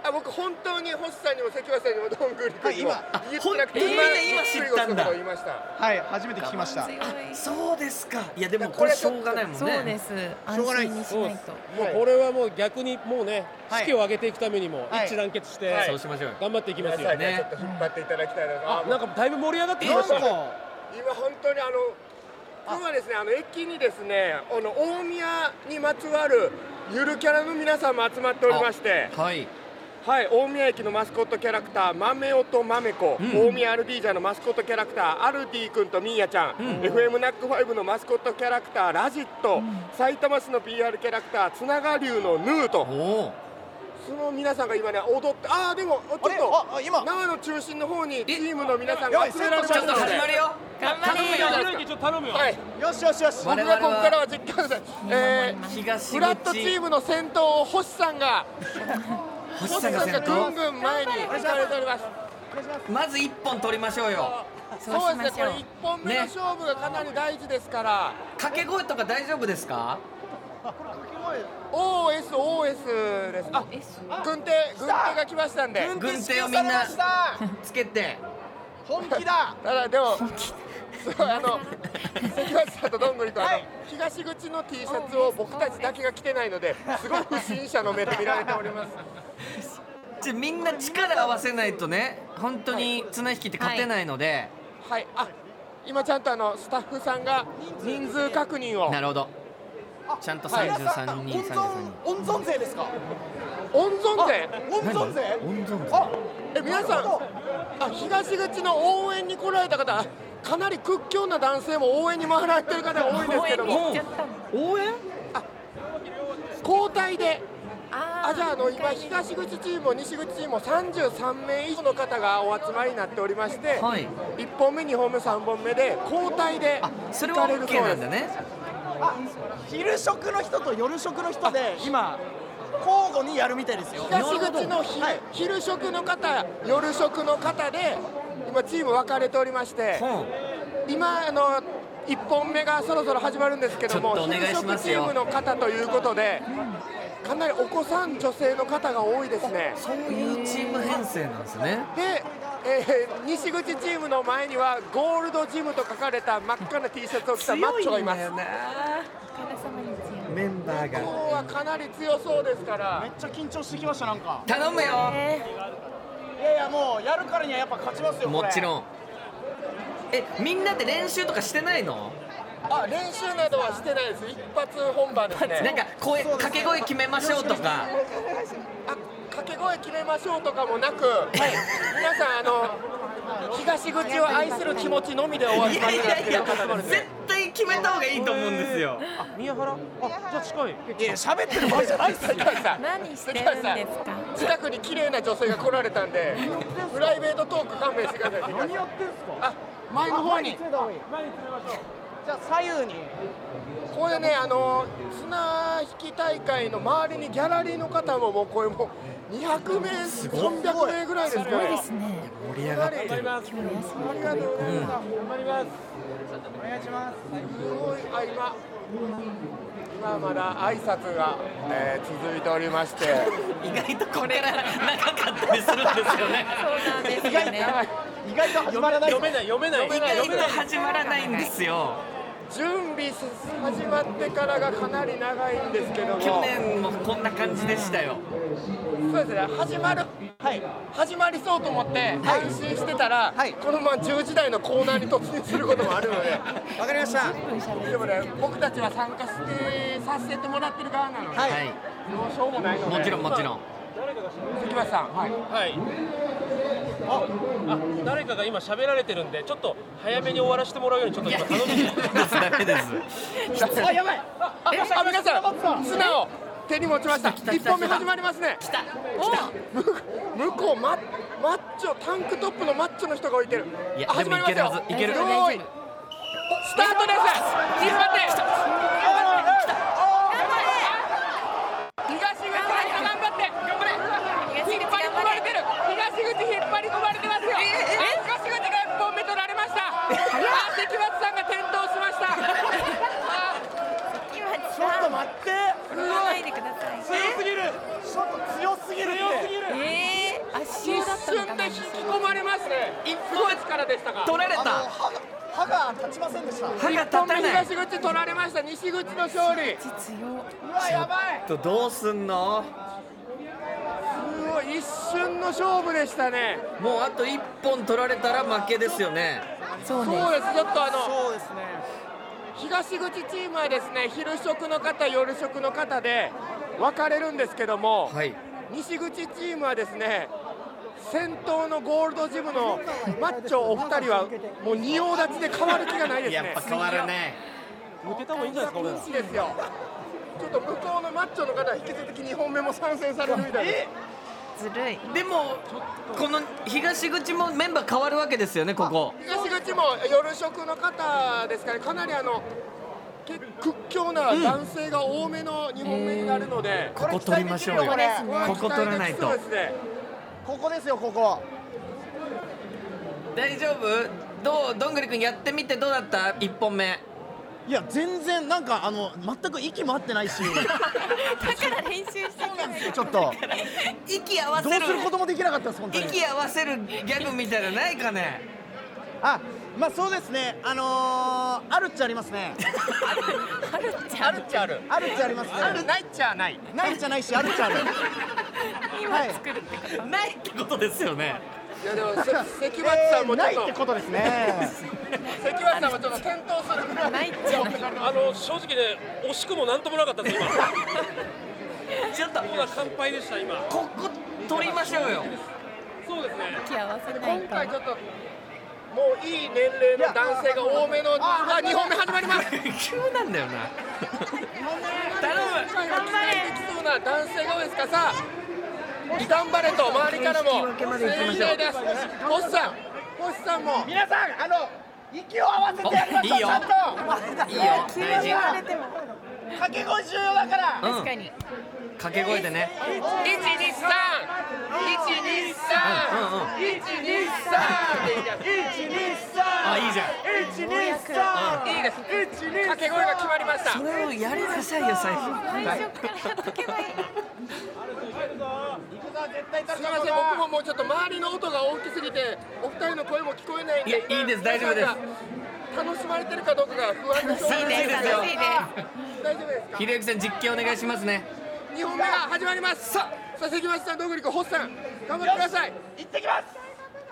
[SPEAKER 3] あ僕本当に星さんにも関橋さんにもどんぐり君にも
[SPEAKER 8] はい
[SPEAKER 3] 言ってなくて、
[SPEAKER 1] あほんえー今知ったんだ
[SPEAKER 3] ことを言いました
[SPEAKER 8] はい初めて聞きました
[SPEAKER 2] 強い
[SPEAKER 1] そうですかいやでもこれしょうがないもんね
[SPEAKER 2] そうです安心にしないと
[SPEAKER 6] もうこれはもう逆にもうね
[SPEAKER 8] はい
[SPEAKER 6] 士気を上げていくためにも
[SPEAKER 8] はい
[SPEAKER 6] 一致団結し
[SPEAKER 3] は
[SPEAKER 1] そ
[SPEAKER 6] て
[SPEAKER 1] うしましょうよ
[SPEAKER 6] 頑張っていきますよ
[SPEAKER 3] 皆さんにはちょっと引っ張っていただきたいなと、
[SPEAKER 6] あなんかだいぶ盛り上がってき
[SPEAKER 8] な
[SPEAKER 6] ま
[SPEAKER 8] ん
[SPEAKER 6] したね
[SPEAKER 8] か
[SPEAKER 3] 今本当にあの今日はですねあの駅にですねあの大宮にまつわるゆるキャラの皆さんも集まっておりまして
[SPEAKER 1] はい
[SPEAKER 3] はい大宮駅のマスコットキャラクターマメオとマメコ、大宮アルディージャのマスコットキャラクターアルディ君とミーヤちゃん、FM ナックファイブのマスコットキャラクターラジット、埼玉市の PR キャラクターつながりゅうのヌーと
[SPEAKER 1] おお
[SPEAKER 3] その皆さんが今ね踊ってああでもちょっと
[SPEAKER 7] あれああ今
[SPEAKER 3] 長野中心の方にチームの皆さんが
[SPEAKER 7] え
[SPEAKER 3] 集められま
[SPEAKER 1] ち
[SPEAKER 3] し
[SPEAKER 1] ょったと
[SPEAKER 3] ので
[SPEAKER 1] 始まるよ
[SPEAKER 2] 頑張
[SPEAKER 3] 頼む
[SPEAKER 2] れ
[SPEAKER 3] よ
[SPEAKER 2] よ
[SPEAKER 6] ひろゆきちょっと頼むよ
[SPEAKER 3] はい
[SPEAKER 7] よしよしよし
[SPEAKER 1] 我
[SPEAKER 3] 僕
[SPEAKER 1] 々は
[SPEAKER 3] がここからは実況ですえー
[SPEAKER 1] 東口
[SPEAKER 3] フラットチームの先頭を星さんが
[SPEAKER 1] 星
[SPEAKER 3] 星
[SPEAKER 1] さ
[SPEAKER 3] さ
[SPEAKER 1] ん
[SPEAKER 3] ん
[SPEAKER 1] が先
[SPEAKER 3] がぐ
[SPEAKER 1] 頭
[SPEAKER 3] んぐん前に行かれております
[SPEAKER 1] まず一本取りましょうよ
[SPEAKER 2] そう
[SPEAKER 3] そう
[SPEAKER 2] し
[SPEAKER 3] で
[SPEAKER 2] ます
[SPEAKER 3] ね
[SPEAKER 2] し
[SPEAKER 3] これ
[SPEAKER 2] ょう
[SPEAKER 3] 1本目の勝負がかなり大事ですから
[SPEAKER 1] 掛け声とか大丈夫ですか
[SPEAKER 3] OSOS ですあ軍手軍手が来ましたんで
[SPEAKER 1] 軍手をみんなつけて
[SPEAKER 7] 本気だ
[SPEAKER 3] ただでもすごいあの関橋さんとどんぐりとあの、東口の T シャツを僕たちだけが着てないのですごい不審者の目で見られております
[SPEAKER 1] じゃあみんな力合わせないとね本当に綱引きって勝てないので、
[SPEAKER 3] はいあ今ちゃんとあのスタッフさんが人数確認を
[SPEAKER 1] なるほどちゃんと
[SPEAKER 3] はい
[SPEAKER 1] 33人、
[SPEAKER 7] 温
[SPEAKER 1] 33
[SPEAKER 7] 存温存勢ですか
[SPEAKER 3] 温存税
[SPEAKER 7] 温存勢あ
[SPEAKER 3] え皆さんあ東口の応援に来られた方かなり屈強な男性も応援に回られてる方が多いんですけども
[SPEAKER 2] 行っちゃったの
[SPEAKER 1] 人応援
[SPEAKER 3] 交代で
[SPEAKER 2] あ
[SPEAKER 3] あじゃああの今東口チームも西口チームも33名以上の方がお集まりになっておりまして、
[SPEAKER 1] はい
[SPEAKER 3] 一1本目2本目3本目で交代で
[SPEAKER 1] あそれ
[SPEAKER 3] 行
[SPEAKER 1] は
[SPEAKER 3] かれるそう
[SPEAKER 1] OK なん
[SPEAKER 3] で
[SPEAKER 1] だ
[SPEAKER 3] す
[SPEAKER 1] ね
[SPEAKER 7] 昼食の人と夜食の人で今交互にやるみたいですよ
[SPEAKER 3] 東口のひ、
[SPEAKER 7] はい
[SPEAKER 3] 昼食の方夜食の方で今チーム分かれておりまして
[SPEAKER 1] うん
[SPEAKER 3] 今あの1本目がそろそろ始まるんですけども
[SPEAKER 1] ちょっとお願い
[SPEAKER 3] 昼
[SPEAKER 1] し
[SPEAKER 3] 食
[SPEAKER 1] ます
[SPEAKER 3] チ
[SPEAKER 1] よ
[SPEAKER 3] ームの方ということでかなりお子さん女性の方が多いですね
[SPEAKER 1] そういうチーム編成なんですね
[SPEAKER 3] で、えー西口チームの前にはゴールドジムと書かれた真っ赤な T シャツを着たマッチョがいますこ
[SPEAKER 2] お疲れ様に強い
[SPEAKER 1] メンバーが
[SPEAKER 3] こはかなり強そうですから
[SPEAKER 7] めっちゃ緊張してきましたなんか
[SPEAKER 1] 頼むよ
[SPEAKER 7] いやいやもうやるからにはやっぱ勝ちますよこ
[SPEAKER 1] も
[SPEAKER 7] れ
[SPEAKER 1] ちろんえみんなで練習とかしてないの
[SPEAKER 3] あ練習などはしてないです一発本番です
[SPEAKER 1] なん
[SPEAKER 3] ね
[SPEAKER 1] か声掛け声決めましょうとか
[SPEAKER 3] あ掛け声決めましょうとかもなく、皆さんあの東口を愛する気持ちのみでお
[SPEAKER 1] い
[SPEAKER 3] 集ま
[SPEAKER 1] や
[SPEAKER 3] り
[SPEAKER 1] い
[SPEAKER 3] にな
[SPEAKER 1] や
[SPEAKER 3] って
[SPEAKER 1] い
[SPEAKER 3] いる
[SPEAKER 1] や
[SPEAKER 3] 方もです
[SPEAKER 1] 絶
[SPEAKER 3] ね
[SPEAKER 1] 対決めた方がいいと思うんですよ
[SPEAKER 6] 宮原あじゃあ近い
[SPEAKER 7] いや喋ってる場合じゃないですよ
[SPEAKER 3] 関橋さん
[SPEAKER 2] 何してるん
[SPEAKER 3] 関橋さん
[SPEAKER 2] ですか
[SPEAKER 3] 近くに綺麗な女性が来られたんでプライベートトーク勘弁してください関橋さん
[SPEAKER 7] 何やってんすか
[SPEAKER 3] あ前の方に
[SPEAKER 7] 前に連れた方がいいじゃあ左右に
[SPEAKER 3] これねあの綱引き大会の周りにギャラリーの方ももうこれもう200名300名ぐらいですかね
[SPEAKER 2] ですね
[SPEAKER 1] 盛り上がっ
[SPEAKER 3] かなり
[SPEAKER 2] 今日休み
[SPEAKER 3] ありがとうございます。頑張ります。お願いします。すごい、あ、今。今まだ挨拶が、えー、続いておりまして。
[SPEAKER 1] 意外とこれから長かったりす
[SPEAKER 2] そ
[SPEAKER 1] るんですよね
[SPEAKER 2] うなんですよね
[SPEAKER 3] はい
[SPEAKER 7] 意外と始まらない
[SPEAKER 6] 読めない読めない
[SPEAKER 1] 意外と始まらないんですよ
[SPEAKER 3] 準備す始まってからがかなり長いんですけども。
[SPEAKER 1] 去年もこんな感じでしたよ
[SPEAKER 3] そうですね、始まる。
[SPEAKER 7] はい
[SPEAKER 3] 始まりそうと思って、
[SPEAKER 7] はい
[SPEAKER 3] 安心してたら、
[SPEAKER 7] はい
[SPEAKER 3] このまま10時台のコーナーに突入することもあるので。
[SPEAKER 7] わかりましたは
[SPEAKER 3] でもね、僕たちは参加して、させてもらってる側なので。
[SPEAKER 1] はいい
[SPEAKER 3] どうしようもないので。
[SPEAKER 1] もちろんもちろん
[SPEAKER 3] 関橋さん、はい。
[SPEAKER 6] はいああ誰かが今喋られてるんでちょっと早めに終わらせてもらうようにちょっと今頼みに
[SPEAKER 1] ダメです
[SPEAKER 7] あやばい
[SPEAKER 3] あ、皆さん、砂を手に持ちました。
[SPEAKER 1] た来
[SPEAKER 3] 一
[SPEAKER 1] た
[SPEAKER 3] 本目始まりますね。
[SPEAKER 1] 来た
[SPEAKER 3] む向こう、マッ、マッチョ、タンクトップのマッチョの人が置いてる
[SPEAKER 1] いや。
[SPEAKER 3] あ始まりますよ。
[SPEAKER 1] でもいけるはずいける
[SPEAKER 3] よーいスタートです。引っ張って。東口頑張って頑張れ引っ張り込まれてる東口引っ張り込まれてますよあ東口が1本目取られましたあ関町さんが転倒しましたあ
[SPEAKER 2] 今ち
[SPEAKER 7] ちょっと
[SPEAKER 2] ゃん
[SPEAKER 7] 待って
[SPEAKER 2] 振らないでください
[SPEAKER 7] 強すぎるちょっと強すぎるって
[SPEAKER 2] えー、足湯だっ
[SPEAKER 3] 一
[SPEAKER 2] たのかな
[SPEAKER 3] 瞬で引き込まれますね一本力でしたか
[SPEAKER 1] 取られ
[SPEAKER 7] あの
[SPEAKER 1] た
[SPEAKER 7] 歯が歯が立ちませんでした
[SPEAKER 1] 歯が立たない
[SPEAKER 3] 東口取られました西口の勝利
[SPEAKER 2] 実用
[SPEAKER 7] うわやばい
[SPEAKER 1] ちょっとどうすんの
[SPEAKER 3] うわ一瞬の勝負でしたね
[SPEAKER 1] もうあと1本取られたら負けですよね
[SPEAKER 2] そう
[SPEAKER 3] そ
[SPEAKER 2] ね
[SPEAKER 3] うですちょっとあの
[SPEAKER 7] そうですね
[SPEAKER 3] 東口チームはですね昼食の方夜食の方で分かれるんですけども、
[SPEAKER 1] はい
[SPEAKER 3] 西口チームはですね先頭のゴールドジムのマッチョお二人はもう仁王立ちで変わる気がないです
[SPEAKER 1] やっ
[SPEAKER 3] ね
[SPEAKER 1] ぱ変わらない
[SPEAKER 6] 抜けた方がいいんじゃないですか
[SPEAKER 3] 禁止ですよちょっと向こうのマッチョの方は引き続き2本目も参戦されるみたいです
[SPEAKER 2] ずるい
[SPEAKER 1] でもこの東口もメンバー変わるわけですよねここ
[SPEAKER 3] 東口も夜食の方ですかねかなりあの結屈強な男性が多めの2本目になるので、
[SPEAKER 1] ここ取りましょうよ
[SPEAKER 3] これ期待できるよ
[SPEAKER 1] ここ取らないと
[SPEAKER 3] これ期待できそうですね
[SPEAKER 8] ここですよここ
[SPEAKER 1] 大丈夫どうどんぐりくんやってみてどうだった一本目
[SPEAKER 8] いや全然なんかあの全く息も合ってないし
[SPEAKER 2] だから練習してきた
[SPEAKER 8] ちょっと
[SPEAKER 1] 息合わ
[SPEAKER 8] どう
[SPEAKER 1] せ
[SPEAKER 8] す
[SPEAKER 1] る
[SPEAKER 8] ることもできなかったです本当に
[SPEAKER 1] 息合わせるギャグみたいなのないかね
[SPEAKER 8] あまあそうですねあのー、あるっちゃありますね
[SPEAKER 2] はるちゃん
[SPEAKER 3] ちゃある
[SPEAKER 8] あるっちゃありますね
[SPEAKER 3] ないっちゃない
[SPEAKER 8] ないっちゃないしあるっちゃあるはい
[SPEAKER 1] ないってことですよね
[SPEAKER 3] いやでもせ関町さんもちょっ
[SPEAKER 8] えーないって
[SPEAKER 3] と、
[SPEAKER 8] ことですね
[SPEAKER 3] 関町さんもちょっと転倒するぐらい
[SPEAKER 2] ないっちゃない
[SPEAKER 6] あの正直ね惜しくもなんともなかったです今
[SPEAKER 1] ちょっと
[SPEAKER 6] こんな乾杯でした今
[SPEAKER 1] ここ取りましょうよ
[SPEAKER 6] そうですね
[SPEAKER 2] 息合わせない
[SPEAKER 3] 今
[SPEAKER 2] と
[SPEAKER 3] 回ちょっともういい年齢の男性が多めのあ2本目始まります
[SPEAKER 1] *laughs* 急なんだよな
[SPEAKER 3] 頼む頑張れできそうな男性が多いですからさあ頑張れと周りからも全員です星さん星さんも
[SPEAKER 8] 皆さんあの息を合わせてやりましょう
[SPEAKER 1] おいい
[SPEAKER 8] ち
[SPEAKER 1] よ
[SPEAKER 8] ゃんと
[SPEAKER 1] いいよ大事
[SPEAKER 8] 掛け声重要だから
[SPEAKER 1] うん
[SPEAKER 2] 確かに
[SPEAKER 1] 掛け声でねあいいじゃん
[SPEAKER 3] 123123123123123いいです掛け声が決まりました
[SPEAKER 1] それをやりなさいよ
[SPEAKER 2] 最
[SPEAKER 1] 最初
[SPEAKER 2] 初からやっとけばいい
[SPEAKER 3] すみません、僕ももうちょっと周りの音が大きすぎて、お二人の声も聞こえないんで。
[SPEAKER 1] いやいいです大丈夫です
[SPEAKER 3] 皆さんが楽しまれてるかどうかが不安です。
[SPEAKER 1] 楽しいです楽しいです
[SPEAKER 3] 大丈夫ですか
[SPEAKER 1] ひ。ろゆきさん実況お願いしますね
[SPEAKER 3] 二本目が始まります。さあ、さあ、関町さん、どんぐりくん、星さん、頑張ってください。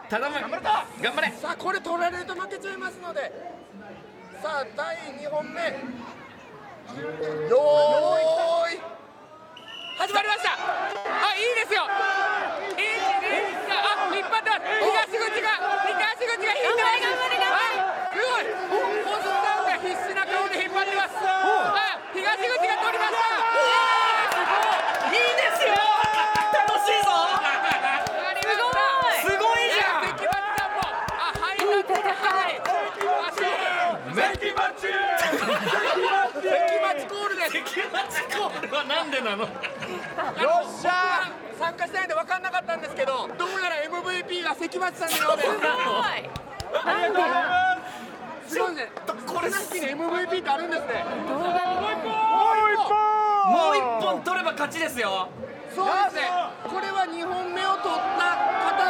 [SPEAKER 1] 頼む頑張頑張れ
[SPEAKER 3] さあ、これ取られると負けちゃいますので。さあ、第二本目。よーい。
[SPEAKER 9] 始まりましたあいいですよ一二三あ引っ張った東口が東口が引いてますあすごいお星さんが必死な顔で引っ張ってますあ東口が取りました
[SPEAKER 1] いいですよ楽しいぞ
[SPEAKER 9] 取りました
[SPEAKER 1] すごいじゃん
[SPEAKER 9] 関町さんもあハイタッチではいあすごい関町コールです
[SPEAKER 1] 激マチコールはなんでなの
[SPEAKER 3] よっしゃ参加しないで分かんなかったんですけどどうやら MVP は関町さんのようですすごいねこれなしに MVP ってあるんですね
[SPEAKER 2] 動画見たい
[SPEAKER 1] もう一本取れば勝ちですよ
[SPEAKER 3] そうですねこれは2本目を取った方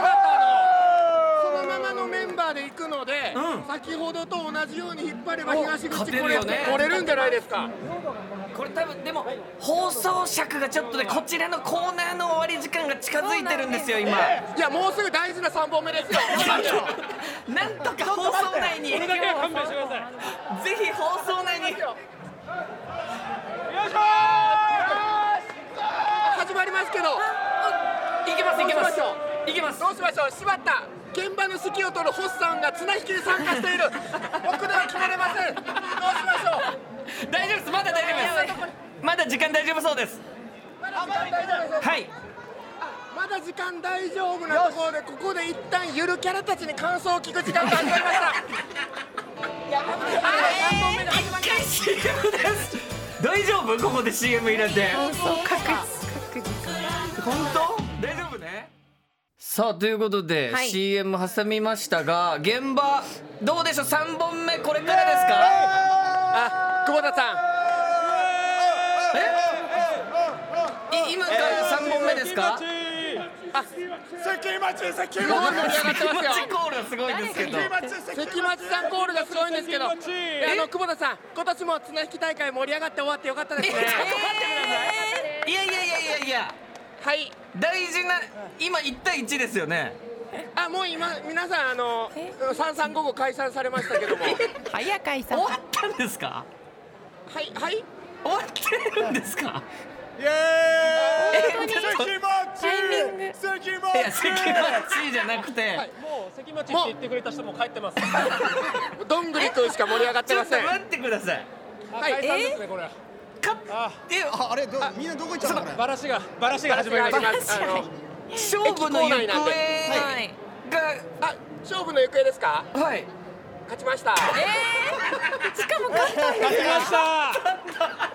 [SPEAKER 3] 々のそのままのメンバーで行くので、
[SPEAKER 1] うん
[SPEAKER 3] 先ほどと同じように引っ張れば東
[SPEAKER 1] 勝
[SPEAKER 3] 口
[SPEAKER 1] て
[SPEAKER 3] こ
[SPEAKER 1] る
[SPEAKER 3] れ
[SPEAKER 1] よね
[SPEAKER 3] 取れるんじゃないですか
[SPEAKER 1] これ多分でも放送尺がちょっとねこちらのコーナーの終わり時間が近づいてるんですよ今
[SPEAKER 3] いやもうすぐ大事な3本目ですよ
[SPEAKER 1] なんとか放送内にぜ
[SPEAKER 6] これだけは勘弁してください
[SPEAKER 1] ひ放送内に
[SPEAKER 3] 始まりますけど
[SPEAKER 1] いけますいけます
[SPEAKER 3] どうしましょ
[SPEAKER 1] いけます
[SPEAKER 3] どうしましょう柴田現場の指揮を取る星さんが綱引きに参加している僕では決まれませんどうしましょう
[SPEAKER 1] 大丈夫ですまだ大丈夫ですまだ時間大丈夫そうです
[SPEAKER 3] まだ時間大丈夫です
[SPEAKER 1] はい
[SPEAKER 3] まだ時間大丈夫なところでここで一旦ゆるキャラたちに感想を聞く時間が始まりました
[SPEAKER 1] 一回 CM です大丈夫ここで CM 入れて
[SPEAKER 2] 放送各時間
[SPEAKER 1] 本当大丈夫ねさあということで、
[SPEAKER 2] はい
[SPEAKER 1] CM 挟みましたが現場どうでしょう3本目これからですか
[SPEAKER 3] あ久保田さん
[SPEAKER 1] い今から3本目ですか
[SPEAKER 3] 関町関町盛り上がってますよ
[SPEAKER 1] チコールはすごいですけど
[SPEAKER 3] 関町さんコールがすごいんですけどえあの久保田さん今年も綱引き大会盛り上がって終わってよかったですね
[SPEAKER 1] いやいやいやいやいや
[SPEAKER 3] はい
[SPEAKER 1] 大事な今1対1ですよね
[SPEAKER 3] あもう今皆さんあの
[SPEAKER 2] え
[SPEAKER 3] 三三五五解散されましたけどもは
[SPEAKER 2] 早かいさ
[SPEAKER 1] 終
[SPEAKER 2] ん
[SPEAKER 1] わったんですか
[SPEAKER 3] いはい
[SPEAKER 1] 終わってるんですか
[SPEAKER 2] 本当にタイミング
[SPEAKER 1] いや関町じゃなくて
[SPEAKER 6] もう関町って言ってくれた人も帰ってますは
[SPEAKER 3] どんぐりくんしか盛り上がって
[SPEAKER 1] ちょ
[SPEAKER 3] ま
[SPEAKER 1] っと
[SPEAKER 3] せん
[SPEAKER 1] 待ってください
[SPEAKER 3] はい
[SPEAKER 2] え
[SPEAKER 3] これ
[SPEAKER 1] 解勝って
[SPEAKER 7] ああれどうみんなどこ行っちゃったのこ
[SPEAKER 6] バラシがバラシが始まりました
[SPEAKER 3] す。あの
[SPEAKER 1] 勝負の行
[SPEAKER 3] 駅構内なんで
[SPEAKER 1] 方
[SPEAKER 2] はい
[SPEAKER 1] が
[SPEAKER 3] あ、勝負の行方ですか。
[SPEAKER 1] はい
[SPEAKER 3] 勝ちました。
[SPEAKER 2] しかも勝ったんです
[SPEAKER 6] 来ました
[SPEAKER 7] れ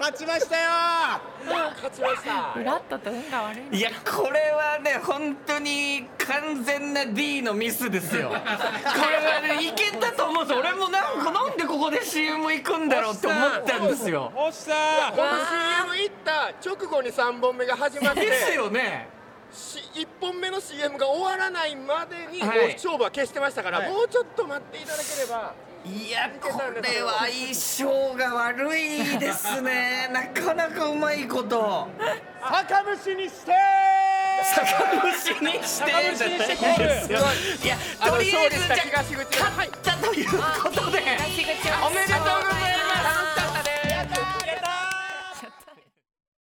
[SPEAKER 7] 勝ちましたよ
[SPEAKER 3] 勝ちました。
[SPEAKER 2] フラットと運が悪い
[SPEAKER 1] いやこれはね本当に完全な D のミスですよこれはねいけたと思うんですよ俺もなんかなんでここで CM 行くんだろうって思ったんですよ
[SPEAKER 6] 押した
[SPEAKER 3] この CM 行った直後に3本目が始まって
[SPEAKER 1] ですよね
[SPEAKER 3] 1本目の CM が終わらないまでに、
[SPEAKER 1] はい
[SPEAKER 3] もう勝負は消してましたから、もうちょっと待っていただければ
[SPEAKER 1] いやこれは相性が悪いですねなかなかうまいこと
[SPEAKER 10] 酒蒸しにして
[SPEAKER 1] 酒蒸しにしてすごいいやとりあえずじゃあ
[SPEAKER 3] 東口がは
[SPEAKER 1] 勝
[SPEAKER 3] い
[SPEAKER 1] ったということで
[SPEAKER 2] 東口は
[SPEAKER 1] おめで